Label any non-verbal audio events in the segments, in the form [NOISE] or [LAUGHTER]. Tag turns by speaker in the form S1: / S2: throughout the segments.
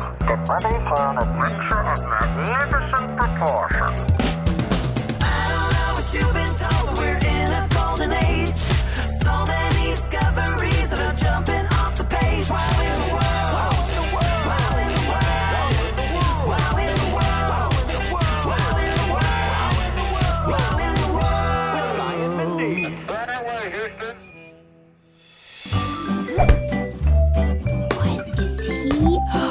S1: ready for an adventure of magnificent proportions.
S2: I don't know what you've been told, but we're in a golden age. So many discoveries that are jumping off the page. Wow in the world. Wow in the world. Wow in the world. Wow in the world. Wow in the world.
S1: That way, Houston.
S3: What is he? [GASPS]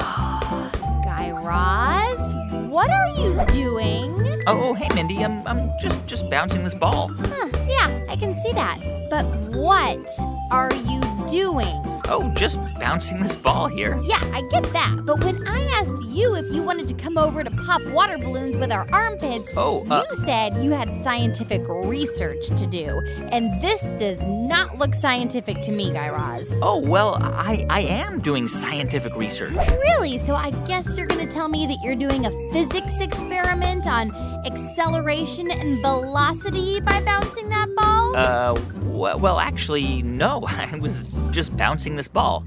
S3: Guy Raz, what are you doing?
S4: Oh, hey, Mindy. I'm, I'm just just bouncing this ball.
S3: Huh, yeah, I can see that. But what are you doing?
S4: Oh, just bouncing this ball here.
S3: Yeah, I get that. But when I asked you if you wanted to come over to pop water balloons with our armpits,
S4: Oh, uh-
S3: you said you had scientific research to do. And this does not look scientific to me, Guy Raz.
S4: Oh, well, I, I am doing scientific research.
S3: Really? So I guess you're going to tell me that you're doing a physics experiment on acceleration and velocity by bouncing that ball?
S4: Uh, w- well, actually, no. [LAUGHS] I was just bouncing this ball.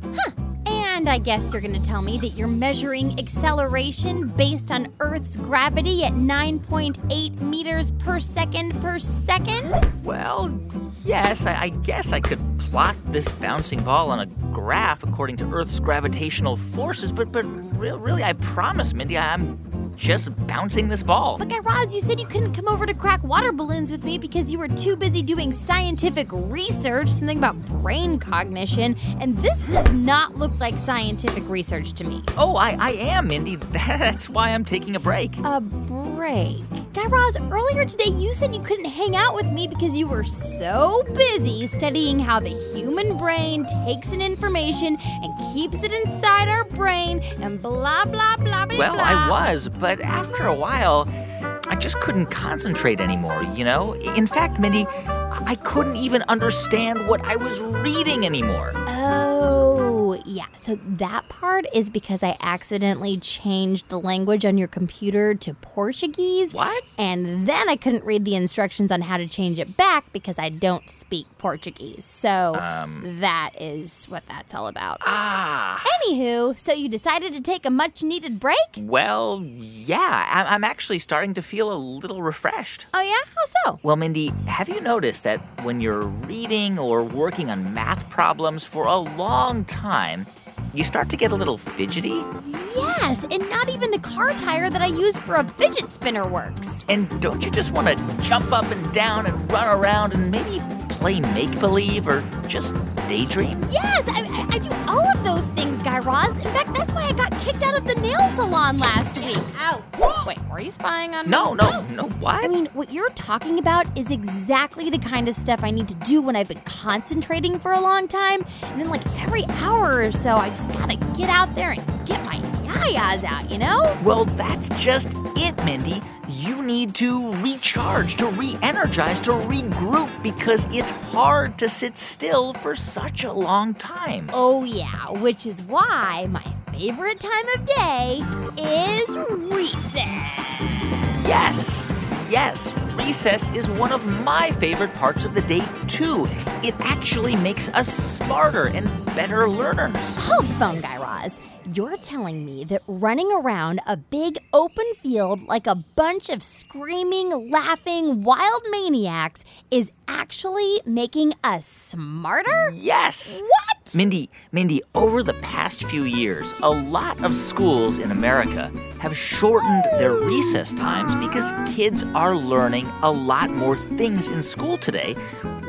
S3: and I guess you're going to tell me that you're measuring acceleration based on Earth's gravity at 9.8 meters per second per second?
S4: Well, yes, I, I guess I could plot this bouncing ball on a graph according to Earth's gravitational forces, but but re- really, I promise, Mindy, I'm just bouncing this ball.
S3: But Guy Raz, you said you couldn't come over to crack water balloons with me because you were too busy doing scientific research, something about brain cognition, and this does not look like scientific research to me.
S4: Oh, I, I am, Mindy. [LAUGHS] That's why I'm taking a break.
S3: A break. Guy Raz, earlier today you said you couldn't hang out with me because you were so busy studying how the human brain takes in information and keeps it inside our brain and blah, blah, blah, blah,
S4: Well,
S3: blah.
S4: I was, but after a while, I just couldn't concentrate anymore, you know? In fact, Mindy, I I couldn't even understand what I was reading anymore.
S3: Oh, yeah. So that part is because I accidentally changed the language on your computer to Portuguese.
S4: What?
S3: And then I couldn't read the instructions on how to change it back because I don't speak Portuguese. So that is what that's all about.
S4: Um. Ah.
S3: Anywho, so you decided to take a much needed break?
S4: Well, yeah, I- I'm actually starting to feel a little refreshed.
S3: Oh, yeah? How so?
S4: Well, Mindy, have you noticed that when you're reading or working on math problems for a long time, you start to get a little fidgety?
S3: Yes, and not even the car tire that I use for a fidget spinner works.
S4: And don't you just want to jump up and down and run around and maybe play make believe or just daydream?
S3: Yes, I, I, I do all of those things, Guy Raz. In fact, that's why I got kicked out of the nail salon last week. Ouch. Wait, were you spying on me?
S4: No, no, no,
S3: I
S4: what?
S3: mean, what you're talking about is exactly the kind of stuff I need to do when I've been concentrating for a long time. And then, like, every hour or so, I just gotta get out there and get my yayas out, you know?
S4: Well, that's just it, Mindy. You need to recharge, to re energize, to regroup because it's hard to sit still for such a long time.
S3: Oh, yeah, which is why my favorite time of day is recess.
S4: Yes, yes, recess is one of my favorite parts of the day, too. It actually makes us smarter and better learners.
S3: Hold the phone, Guy Raz. You're telling me that running around a big open field like a bunch of screaming, laughing, wild maniacs is actually making us smarter?
S4: Yes!
S3: What?
S4: Mindy, Mindy, over the past few years, a lot of schools in America have shortened their recess times because kids are learning a lot more things in school today,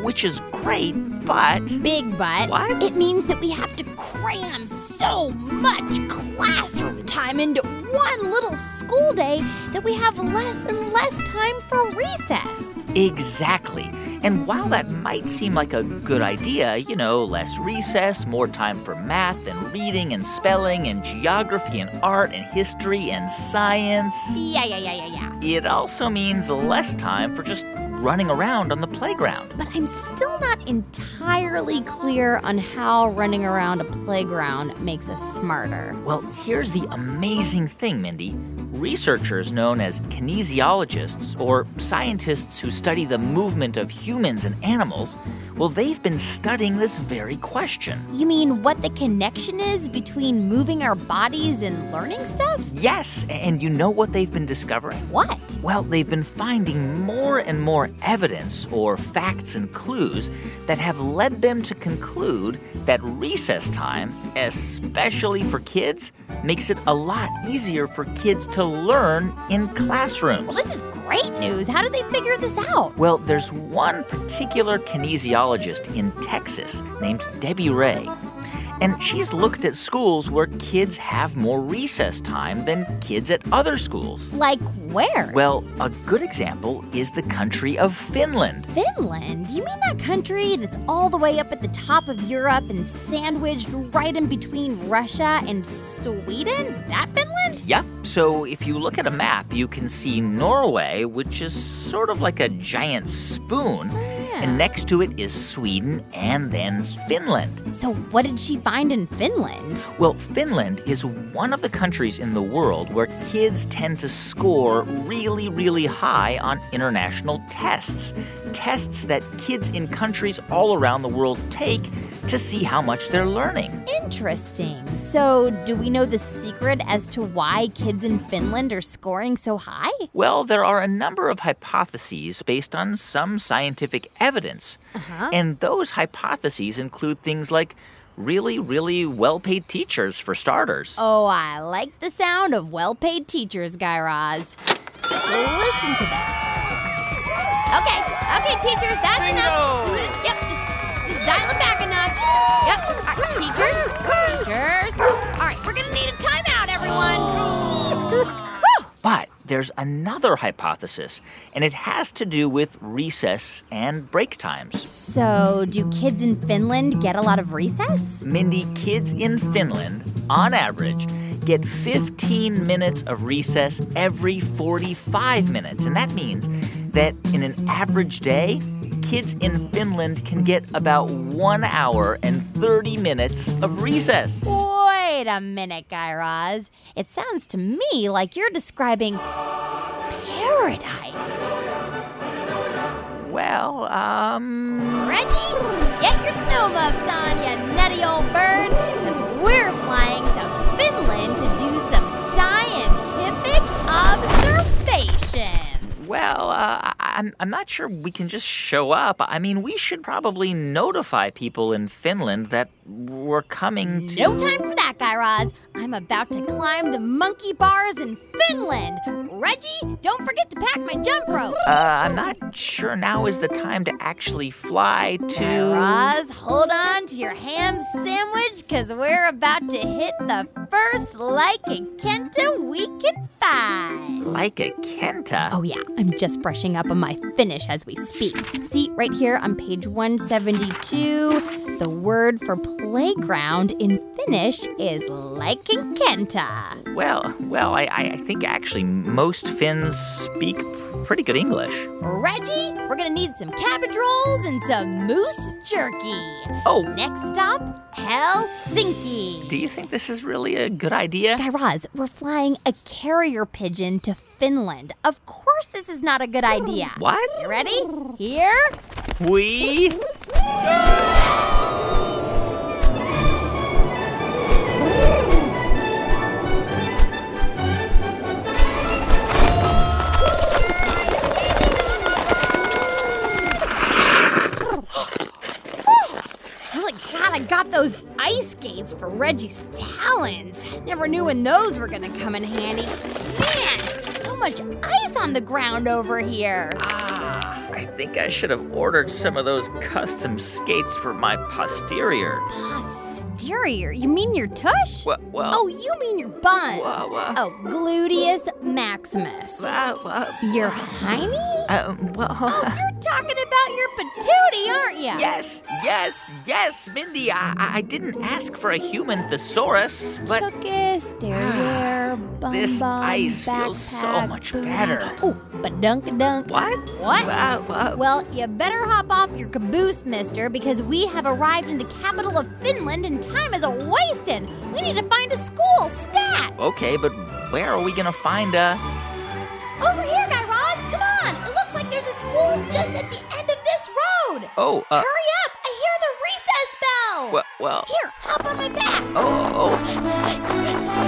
S4: which is great, but
S3: Big butt.
S4: What?
S3: It means that we have to cram so much classroom time into one little school day that we have less and less time for recess.
S4: exactly. And while that might seem like a good idea, you know, less recess, more time for math and reading and spelling and geography and art and history and science.
S3: Yeah, yeah, yeah, yeah, yeah.
S4: It also means less time for just running around on the playground.
S3: But I'm still not not entirely clear on how running around a playground makes us smarter.
S4: Well, here's the amazing thing, Mindy. Researchers known as kinesiologists or scientists who study the movement of humans and animals, well, they've been studying this very question.
S3: You mean what the connection is between moving our bodies and learning stuff?
S4: Yes, and you know what they've been discovering?
S3: What?
S4: Well, they've been finding more and more evidence or facts and clues that have led them to conclude that recess time, especially for kids, makes it a lot easier for kids to learn in classrooms.
S3: Well, this is great news. How did they figure this out?
S4: Well, there's one particular kinesiologist in Texas named Debbie Ray. And she's looked at schools where kids have more recess time than kids at other schools.
S3: Like where?
S4: Well, a good example is the country of Finland.
S3: Finland? You mean that country that's all the way up at the top of Europe and sandwiched right in between Russia and Sweden? That Finland?
S4: Yep. So if you look at a map, you can see Norway, which is sort of like a giant spoon.
S3: Yeah.
S4: And next to it is Sweden and then Finland.
S3: So, what did she find in Finland?
S4: Well, Finland is one of the countries in the world where kids tend to score really, really high on international tests. Tests that kids in countries all around the world take to see how much they're learning.
S3: Interesting. So, do we know the secret as to why kids in Finland are scoring so high?
S4: Well, there are a number of hypotheses based on some scientific evidence. And those hypotheses include things like really, really well paid teachers, for starters.
S3: Oh, I like the sound of well paid teachers, Guy Raz. Just listen to that. Okay, okay, teachers, that's enough. Yep, just, just dial it back a notch. Yep, all right, teachers, teachers. All right, we're gonna need a timeout, everyone. Whew.
S4: But there's another hypothesis, and it has to do with recess and break times.
S3: So, do kids in Finland get a lot of recess?
S4: Mindy, kids in Finland, on average, get 15 minutes of recess every 45 minutes. And that means that in an average day, kids in Finland can get about one hour and 30 minutes of recess.
S3: Wait a minute, Guy Raz. It sounds to me like you're describing paradise.
S4: Well, um.
S3: Reggie, get your snow muffs on, you nutty old bird, because we're flying to Finland to do some scientific observation.
S4: Well, uh, I- I'm, I'm not sure we can just show up. I mean, we should probably notify people in Finland that we're coming to.
S3: No time for that, Guy Raz. I'm about to climb the monkey bars in Finland. Reggie, don't forget to pack my jump rope.
S4: Uh, I'm not sure now is the time to actually fly
S3: Guy
S4: to.
S3: Raz, hold on to your ham sandwich, because we're about to hit the first like a Kenta we can find.
S4: Like a Kenta.
S3: Oh, yeah, I'm just brushing up on my Finnish as we speak. See, right here on page 172, the word for playground in Finnish is Laikinkenta.
S4: Well, well, I, I I think actually most Finns speak pretty good English.
S3: Reggie, we're gonna need some cabbage rolls and some moose jerky.
S4: Oh,
S3: Next stop, Helsinki.
S4: do you think this is really a good idea?
S3: Guy Raz, we're flying a carrier pigeon to Finland. Of course, this is not a good idea.
S4: Hmm, What?
S3: You ready? Here
S4: We.
S3: Really glad I got those ice skates for Reggie's talons. Never knew when those were gonna come in handy. Man, so much ice on the ground over here.
S4: Ah, I think I should have ordered some of those custom skates for my posterior.
S3: Posterior, you mean your tush?
S4: Well, well.
S3: Oh, you mean your buns.
S4: Wha- wha-
S3: Oh, gluteus maximus.
S4: Uh, uh,
S3: Your hiney?
S4: uh, well, [LAUGHS]
S3: Your talking about your patootie, aren't you?
S4: Yes, yes, yes, Mindy. I, I didn't ask for a human thesaurus, but Ah,
S3: Tuckus, derriere, bum
S4: This
S3: bum,
S4: ice feels so
S3: backpack,
S4: much
S3: booty.
S4: better.
S3: Oh, but dunk a dunk.
S4: what?
S3: What?
S4: Uh, uh,
S3: Well, you better hop off your caboose, mister, because we have arrived in the capital of Finland and time is a wasting. We need to find a school, stat!
S4: okay, but where are we gonna find a?
S3: Over here, Guy Raz, come on! It looks like there's a school just at the end of this road!
S4: Oh, uh,
S3: Hurry up! I hear the recess bell!
S4: well, well
S3: Here, hop on my back!
S4: oh, oh,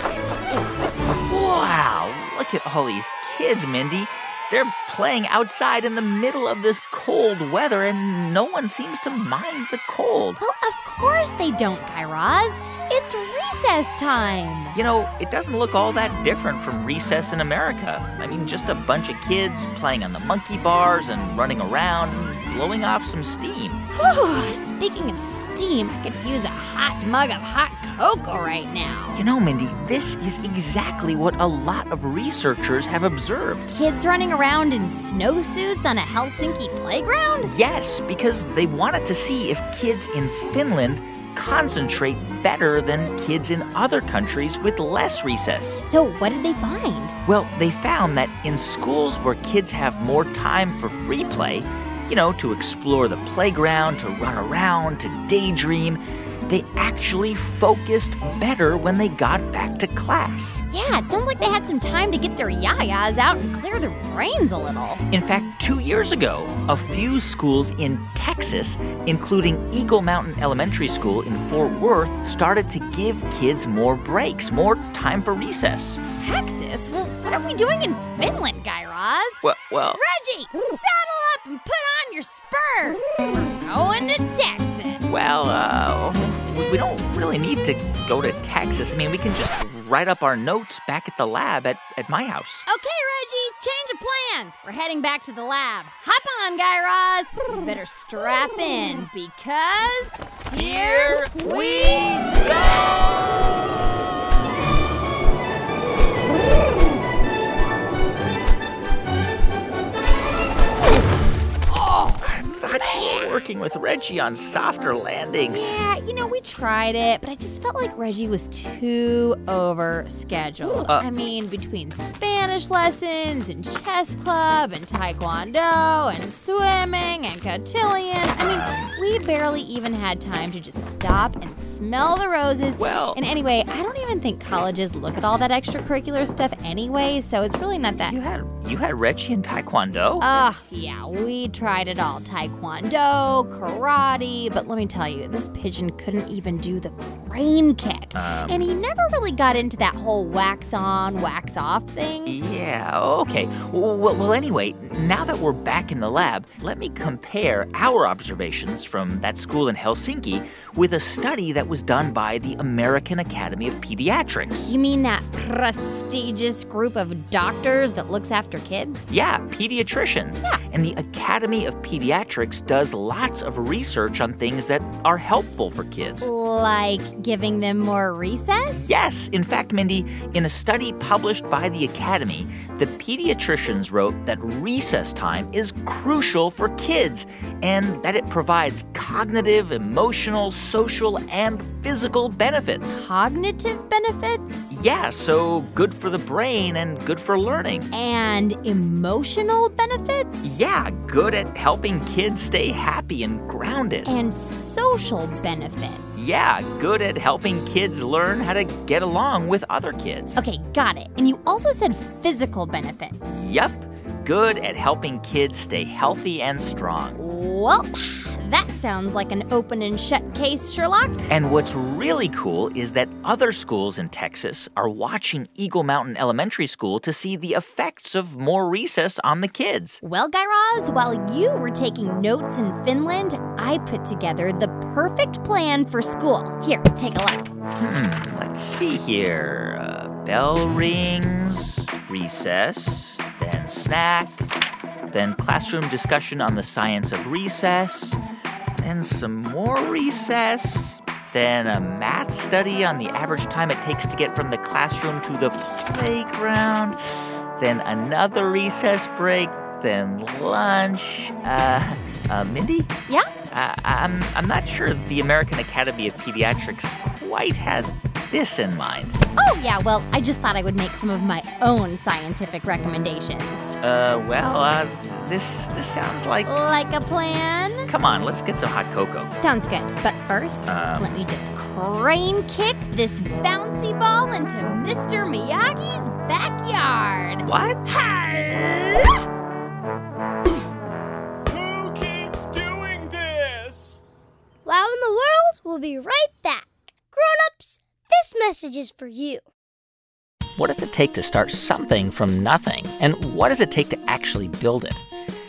S4: oh, wow! Look at all these kids, Mindy. They're playing outside in the middle of this cold weather, and no one seems to mind the cold.
S3: Well, of course they don't, Guy Raz. It's recess time.
S4: You know, it doesn't look all that different from recess in America. I mean, just a bunch of kids playing on the monkey bars and running around, blowing off some steam.
S3: Whew, speaking of steam, I could use a hot mug of hot cocoa right now.
S4: You know, Mindy, this is exactly what a lot of researchers have observed.
S3: Kids running around in snowsuits on a Helsinki playground?
S4: Yes, because they wanted to see if kids in Finland concentrate better than kids in other countries with less recess.
S3: So, what did they find?
S4: Well, they found that in schools where kids have more time for free play, you know, to explore the playground, to run around, to daydream, they actually focused better when they got back to class.
S3: Yeah, it sounds like they had some time to get their yayas out and clear their brains a little.
S4: In fact, two years ago, a few schools in Texas, including Eagle Mountain Elementary School in Fort Worth, started to give kids more breaks, more time for recess.
S3: Texas? Well, what are we doing in Finland, Guy Raz?
S4: Well, well.
S3: Reggie, saddle up and put on your spurs. We're going to Texas.
S4: Well, uh, we- we don't really need to go to Texas. I mean, we can just write up our notes back at the lab at, at my house.
S3: Okay, Reggie, change of plans. We're heading back to the lab. Hop on, Guy Raz. You better strap in because here we Oh,
S4: I thought you were working with Reggie on softer landings.
S3: Yeah, you know, we tried it, but I just felt like Reggie was too over scheduled.
S4: Uh.
S3: I mean, between Spanish lessons and chess club and taekwondo and swimming and cotillion, I mean, we barely even had time to just stop and smell the roses.
S4: Well-
S3: and anyway, I don't even think colleges look at all that extracurricular stuff anyway, so it's really not that
S4: You had you had Reggie in Taekwondo?
S3: Ah, yeah, we tried it all taekwondo, karate, but let me tell you, this pigeon couldn't even do the crane kick. and he never really got into that whole wax on, wax off thing.
S4: yeah, okay. Well, well, anyway, now that we're back in the lab, let me compare our observations from that school in Helsinki with a study that was done by the American Academy of Pediatrics.
S3: You mean that prestigious group of doctors that looks after kids?
S4: Yeah, pediatricians.
S3: Yeah.
S4: And the Academy of Pediatrics does lots of research on things that are helpful for kids.
S3: Like giving them more recess?
S4: Yes, in fact, Mindy, in a study published by the Academy, the pediatricians wrote that recess time is crucial for kids and that it provides cognitive, emotional, social, and physical benefits.
S3: Cognitive benefits?
S4: Yeah, so good for the brain and good for learning.
S3: And emotional benefits?
S4: Yeah, good at helping kids stay happy and grounded.
S3: And social benefits?
S4: Yeah, good at helping kids learn how to get along with other kids.
S3: Okay, got it. And you also said physical benefits.
S4: Yep, good at helping kids stay healthy and strong.
S3: Well, that sounds like an open and shut case, Sherlock.
S4: And what's really cool is that other schools in Texas are watching Eagle Mountain Elementary School to see the effects of more recess on the kids.
S3: Well, Guy Raz, while you were taking notes in Finland, I put together the perfect plan for school. Here, take a look.
S4: Let's see here. Uh, bell rings, recess, then snack, then classroom discussion on the science of recess, then some more recess, Then a math study on the average time it takes to get from the classroom to the playground. Then another recess break. Then lunch. Uh, uh Mindy?
S3: Yeah?
S4: I, Uh, I'm, I'm not sure the American Academy of Pediatrics quite had this in mind.
S3: Oh, yeah, well, I just thought I would make some of my own scientific recommendations.
S4: Uh, well, uh, this this sounds like.
S3: Like a plan?
S4: Come on, let's get some hot cocoa.
S3: Sounds good. But first,
S4: Um.
S3: let me just crane kick this bouncy ball into Mr. Miyagi's backyard.
S4: What?
S3: Ha!
S5: Who keeps doing this?
S6: Wow in the World will be right back. Grown ups, this message is for you.
S4: What does it take to start something from nothing? And what does it take to actually build it?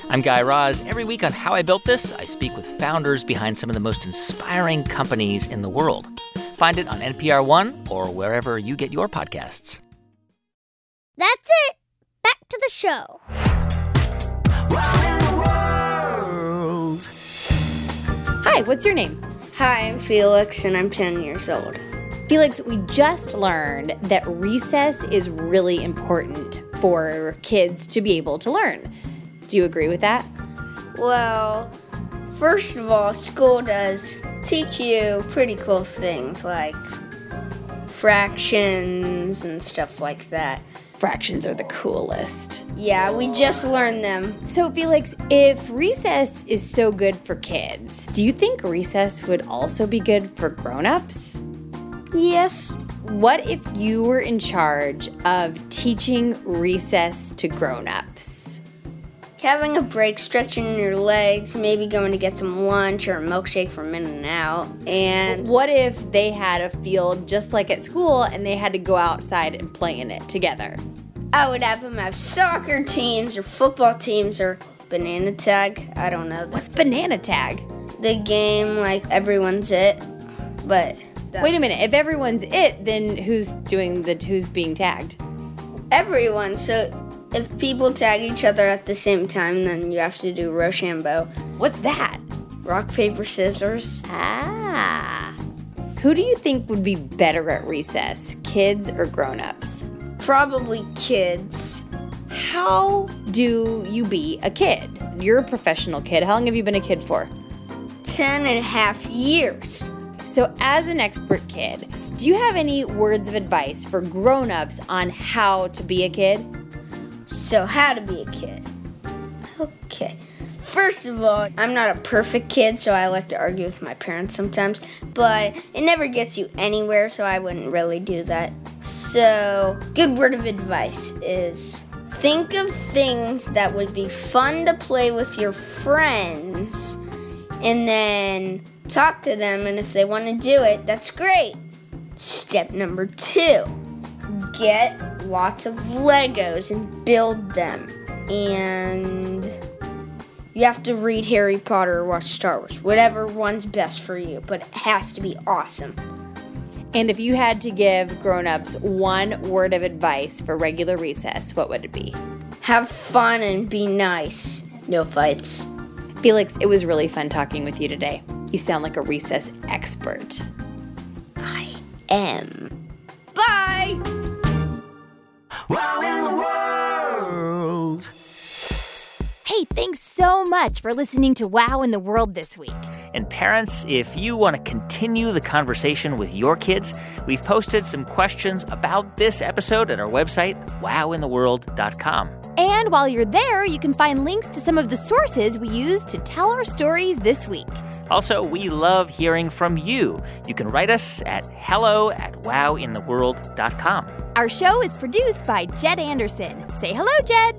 S4: I'm Guy Raz. Every week on How I Built This, I speak with founders behind some of the most inspiring companies in the world. Find it on NPR One or wherever you get your podcasts.
S6: That's it. Back to the show.
S2: Wow in the world.
S3: Hi, what's your name?
S7: Hi, I'm Felix and I'm 10 years old.
S3: Felix, we just learned that recess is really important for kids to be able to learn. Do you agree with that?
S7: Well, first of all, school does teach you pretty cool things like fractions and stuff like that.
S8: Fractions are the coolest.
S7: Yeah, we just learned them.
S8: So, Felix, if recess is so good for kids, do you think recess would also be good for grown-ups?
S7: Yes.
S8: What if you were in charge of teaching recess to grown-ups?
S7: Having a break, stretching your legs, maybe going to get some lunch or a milkshake from In and Out, and
S8: What if they had a field just like at school and they had to go outside and play in it together?
S7: I would have them have soccer teams or football teams or banana tag. I don't know.
S8: What's banana tag?
S7: the game like everyone's it, but
S8: Wait a minute. If everyone's it, then who's doing the who's being tagged?
S7: everyone. So if people tag each other at the same time, then you have to do Rochambeau,
S8: What's that?
S7: rock paper scissors.
S8: Ah. Who do you think would be better at recess, kids or grown-ups?
S7: Probably kids.
S8: How do you be a kid? You're a professional kid. How long have you been a kid for?
S7: Ten and a half years.
S8: So, as an expert kid, do you have any words of advice for grown-ups on how to be a kid?
S7: So how to be a kid? Okay. First of all, I'm not a perfect kid, so I like to argue with my parents sometimes, but it never gets you anywhere, so I wouldn't really do that. So, good word of advice is think of things that would be fun to play with your friends and then talk to them, and if they want to do it, that's great. Step number two get lots of Legos and build them. And you have to read Harry Potter or watch Star Wars, whatever one's best for you, but it has to be awesome.
S8: And if you had to give grown-ups one word of advice for regular recess, what would it be?
S7: Have fun and be nice. No fights.
S8: Felix, it was really fun talking with you today. You sound like a recess expert.
S7: M. Bye!
S2: Wow in the world.
S3: Hey, thanks so much for listening to Wow in the World this week.
S4: And parents, if you want to continue the conversation with your kids, we've posted some questions about this episode at our website, wowintheworld.com.
S3: And while you're there, you can find links to some of the sources we used to tell our stories this week.
S4: Also, we love hearing from you. You can write us at hello at wowintheworld.com.
S3: Our show is produced by Jed Anderson. Say hello, Jed.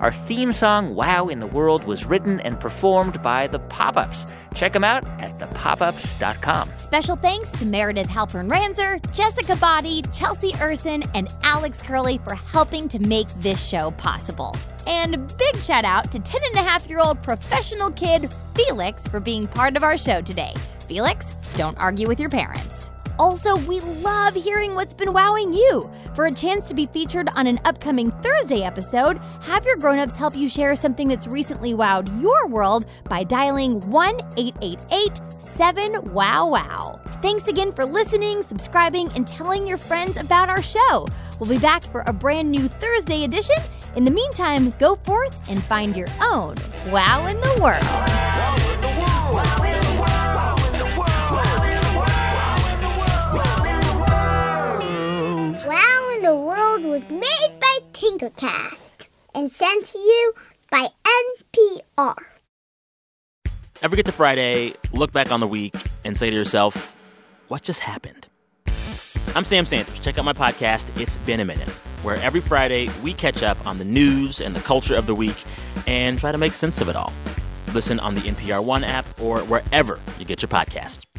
S4: Our theme song, Wow in the World, was written and performed by the Pop Ups. Check them out at thepopups.com.
S3: Special thanks to Meredith Halpern Ranzer, Jessica Body, Chelsea Urson, and Alex Curley for helping to make this show possible. And a big shout out to 10 and a half year old professional kid Felix for being part of our show today. Felix, don't argue with your parents. Also, we love hearing what's been wowing you. For a chance to be featured on an upcoming Thursday episode, have your grown-ups help you share something that's recently wowed your world by dialing 1-888-7-WOW-WOW. Thanks again for listening, subscribing, and telling your friends about our show. We'll be back for a brand new Thursday edition. In the meantime, go forth and find your own wow in the world.
S6: Wow in the World was made by Tinkercast and sent to you by NPR.
S9: Ever get to Friday, look back on the week, and say to yourself, what just happened? I'm Sam Sanders. Check out my podcast, It's Been a Minute, where every Friday we catch up on the news and the culture of the week and try to make sense of it all. Listen on the NPR One app or wherever you get your podcast.